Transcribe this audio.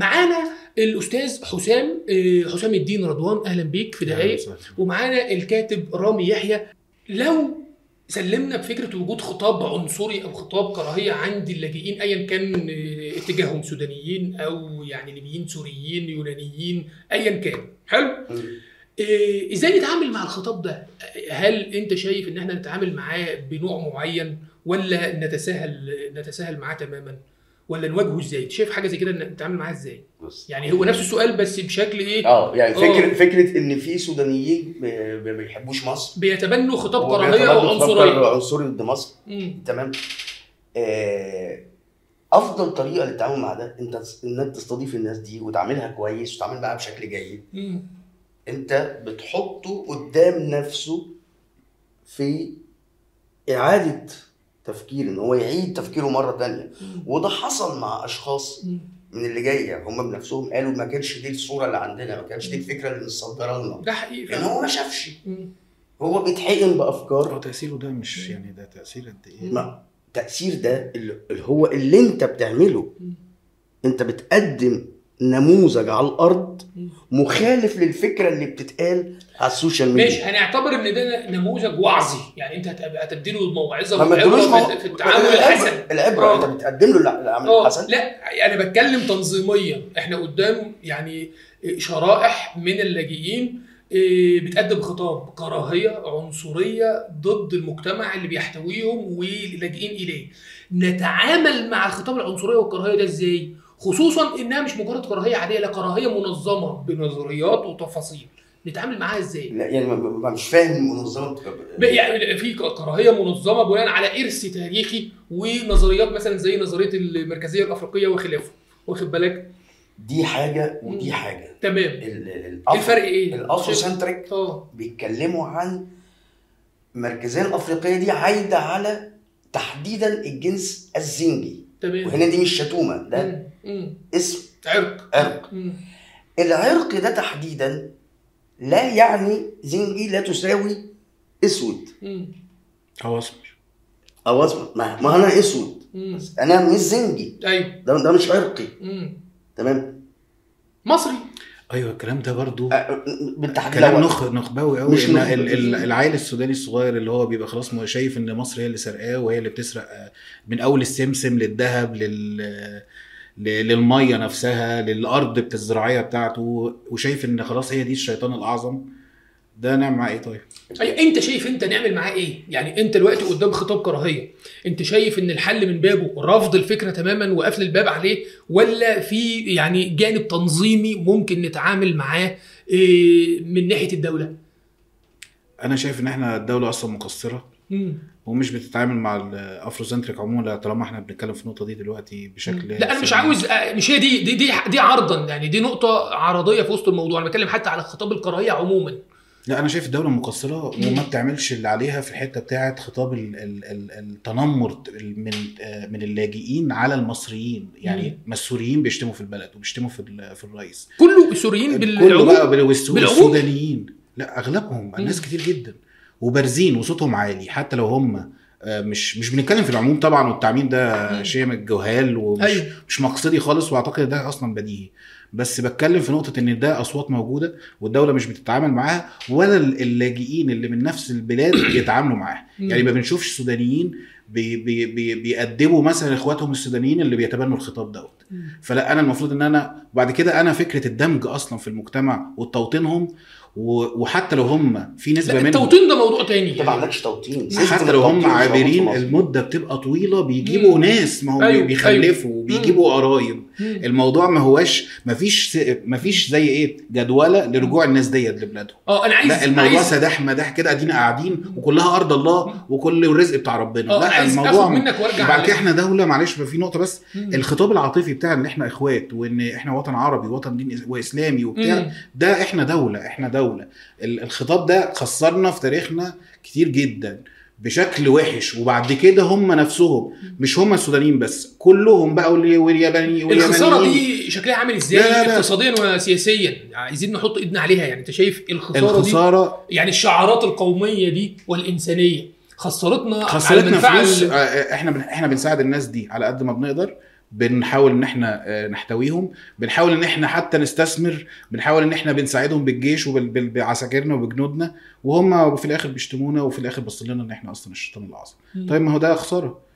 معانا الاستاذ حسام آه، حسام الدين رضوان اهلا بيك في دقايق ومعانا الكاتب رامي يحيى لو سلمنا بفكره وجود خطاب عنصري او خطاب كراهيه عند اللاجئين ايا كان آه، اتجاههم سودانيين او يعني ليبيين سوريين يونانيين ايا كان حلو آه، ازاي نتعامل مع الخطاب ده آه، هل انت شايف ان احنا نتعامل معاه بنوع معين ولا نتساهل نتساهل معاه تماما ولا نواجهه ازاي أنت شايف حاجه زي كده إن- نتعامل معاه ازاي بص. يعني هو نفس السؤال بس بشكل ايه اه يعني آه. فكره فكره ان في سودانيين ب- ما بيحبوش مصر بيتبنوا خطاب كراهيه وبيتمردوا في وعنصريه فكر عنصري ضد مصر مم. تمام آه، افضل طريقه للتعامل مع ده انت انك تستضيف الناس دي وتعاملها كويس وتتعامل معاها بشكل جيد مم. انت بتحطه قدام نفسه في اعاده تفكير ان هو يعيد تفكيره مره تانية وده حصل مع اشخاص مم. من اللي جايه هم بنفسهم قالوا ما كانش دي الصوره اللي عندنا ما كانش دي الفكره اللي متصدره لنا ده حقيقي لان فعلا هو ما شافش مم. هو بيتحقن بافكار هو تاثيره ده مش يعني ده تاثير قد ايه ما التأثير ده اللي اللي هو اللي انت بتعمله مم. انت بتقدم نموذج على الارض مم. مخالف للفكره اللي بتتقال على السوشيال ماشي ميديا هنعتبر ان ده نموذج وعظي يعني انت هتبقى- هتديله موعظه ما مدلوش وعبرة مو- في التعامل العبرة- الحسن العبره آه. انت بتقدم له الع- العمل آه، الحسن لا انا بتكلم تنظيميا احنا قدام يعني شرائح من اللاجئين إيه، بتقدم خطاب كراهيه عنصريه ضد المجتمع اللي بيحتويهم ولاجئين اليه نتعامل مع الخطاب العنصريه والكراهيه ده ازاي خصوصا انها مش مجرد كراهيه عاديه لا كراهيه منظمه بنظريات وتفاصيل نتعامل معاها ازاي لا يعني ما- ما- ما- مش فاهم منظمه ب- يعني في كراهيه منظمه بناء على ارث تاريخي ونظريات مثلا زي نظريه المركزيه الافريقيه وخلافه واخد بالك دي حاجه مم. ودي حاجه تمام ال- ال- إيه الفرق ايه؟ الافرو سنتريك اه بيتكلموا عن المركزيه الافريقيه دي عايده على تحديدا الجنس الزنجي تمام وهنا دي مش شتومه ده مم، مم. اسم عرق عرق مم. العرق ده تحديدا لا يعني زنجي لا تساوي اسود مم. هو اسمر او اسود ما, ما انا اسود مم. انا مش زنجي ايوه ده, ده مش عرقي مم. تمام مصري ايوه الكلام ده برضو أ- أ- بالتحديد كلام لو- نخ نخبوي قوي مش ان نخ- ال- ال- العيل السوداني الصغير اللي هو بيبقى خلاص م- شايف ان مصر هي اللي سرقاه وهي اللي بتسرق آه، من اول السمسم للذهب لل ل- للميه نفسها للارض بت- الزراعيه بتاعته وشايف ان خلاص هي دي الشيطان الاعظم ده نعمل معاه ايه طيب؟ أي انت شايف انت نعمل معاه ايه؟ يعني انت دلوقتي قدام خطاب كراهيه، انت شايف ان الحل من بابه رفض الفكره تماما وقفل الباب عليه ولا في يعني جانب تنظيمي ممكن نتعامل معاه إيه، من ناحيه الدوله؟ انا شايف ان احنا الدوله اصلا مقصره مم. ومش بتتعامل مع الافروسنتريك عموما طالما احنا بنتكلم في النقطه دي دلوقتي بشكل لا انا مش سريع. عاوز آه، مش هي دي دي دي, دي عرضا يعني دي نقطه عرضيه في وسط الموضوع انا بتكلم حتى على خطاب الكراهيه عموما لا انا شايف الدوله مقصره وما بتعملش اللي عليها في الحته بتاعه خطاب ال ال ال التنمر من آه، من اللاجئين على المصريين يعني ما السوريين بيشتموا في البلد وبيشتموا في ال- في الرئيس كله السوريين كله بالعموم بقى والسو- بالعموم؟ والسودانيين لا اغلبهم ناس مم. كتير جدا وبارزين وصوتهم عالي حتى لو هم آه، مش مش بنتكلم في العموم طبعا والتعميم مم. ده شيء من الجهال ومش أيوة. مش مقصدي خالص واعتقد ده اصلا بديهي بس بتكلم في نقطه ان ده اصوات موجوده والدوله مش بتتعامل معاها ولا اللاجئين اللي من نفس البلاد بيتعاملوا معاها يعني ما بنشوفش سودانيين بي بي بي بيأدبوا مثلا اخواتهم السودانيين اللي بيتبنوا الخطاب دوت فلا انا المفروض ان انا وبعد كده انا فكره الدمج اصلا في المجتمع وتوطينهم و- وحتى لو هم في لا، نسبه منهم التوطين ده موضوع تاني يعني. انت ما عندكش توطين سيستم حتى لو هم التوطين مش موجود في عابرين مصر. المده بتبقى طويله بيجيبوا مم. ناس ما هم أيوة، بيخلفوا وبيجيبوا قرايب مم. الموضوع ما هوش ما فيش ما فيش زي ايه جدوله لرجوع الناس ديت لبلادهم اه انا عايز لا الموضوع عايز سداح مداح كده قاعدين قاعدين وكلها ارض الله وكل الرزق بتاع ربنا اه انا لا عايز الموضوع اخد منك وارجع وبعد كده عليك. احنا دوله معلش ما في نقطه بس مم. الخطاب العاطفي بتاع ان احنا اخوات وان احنا وطن عربي وطن دين إس- واسلامي وبتاع مم. ده احنا دوله احنا دوله ال- الخطاب ده خسرنا في تاريخنا كتير جدا بشكل وحش وبعد كده هم نفسهم مش هم السودانيين بس كلهم بقى والي- والياباني الخساره واليمنيين. دي شكلها عامل ازاي لا، لا، لا. اقتصاديا وسياسيا عايزين نحط ايدنا عليها يعني انت شايف الخساره دي الخساره يعني الشعارات القوميه دي والانسانيه خسرتنا على خسرتنا المنفعة فلوس ال- آه، احنا بن... احنا بنساعد الناس دي على قد ما بنقدر بنحاول ان احنا آه، نحتويهم بنحاول ان احنا حتى نستثمر بنحاول ان احنا بنساعدهم بالجيش وبعساكرنا وبجنودنا وهم في الاخر بيشتمونا وفي الاخر بص لنا ان احنا اصلا الشيطان الاعظم مم. طيب ما هو ده خساره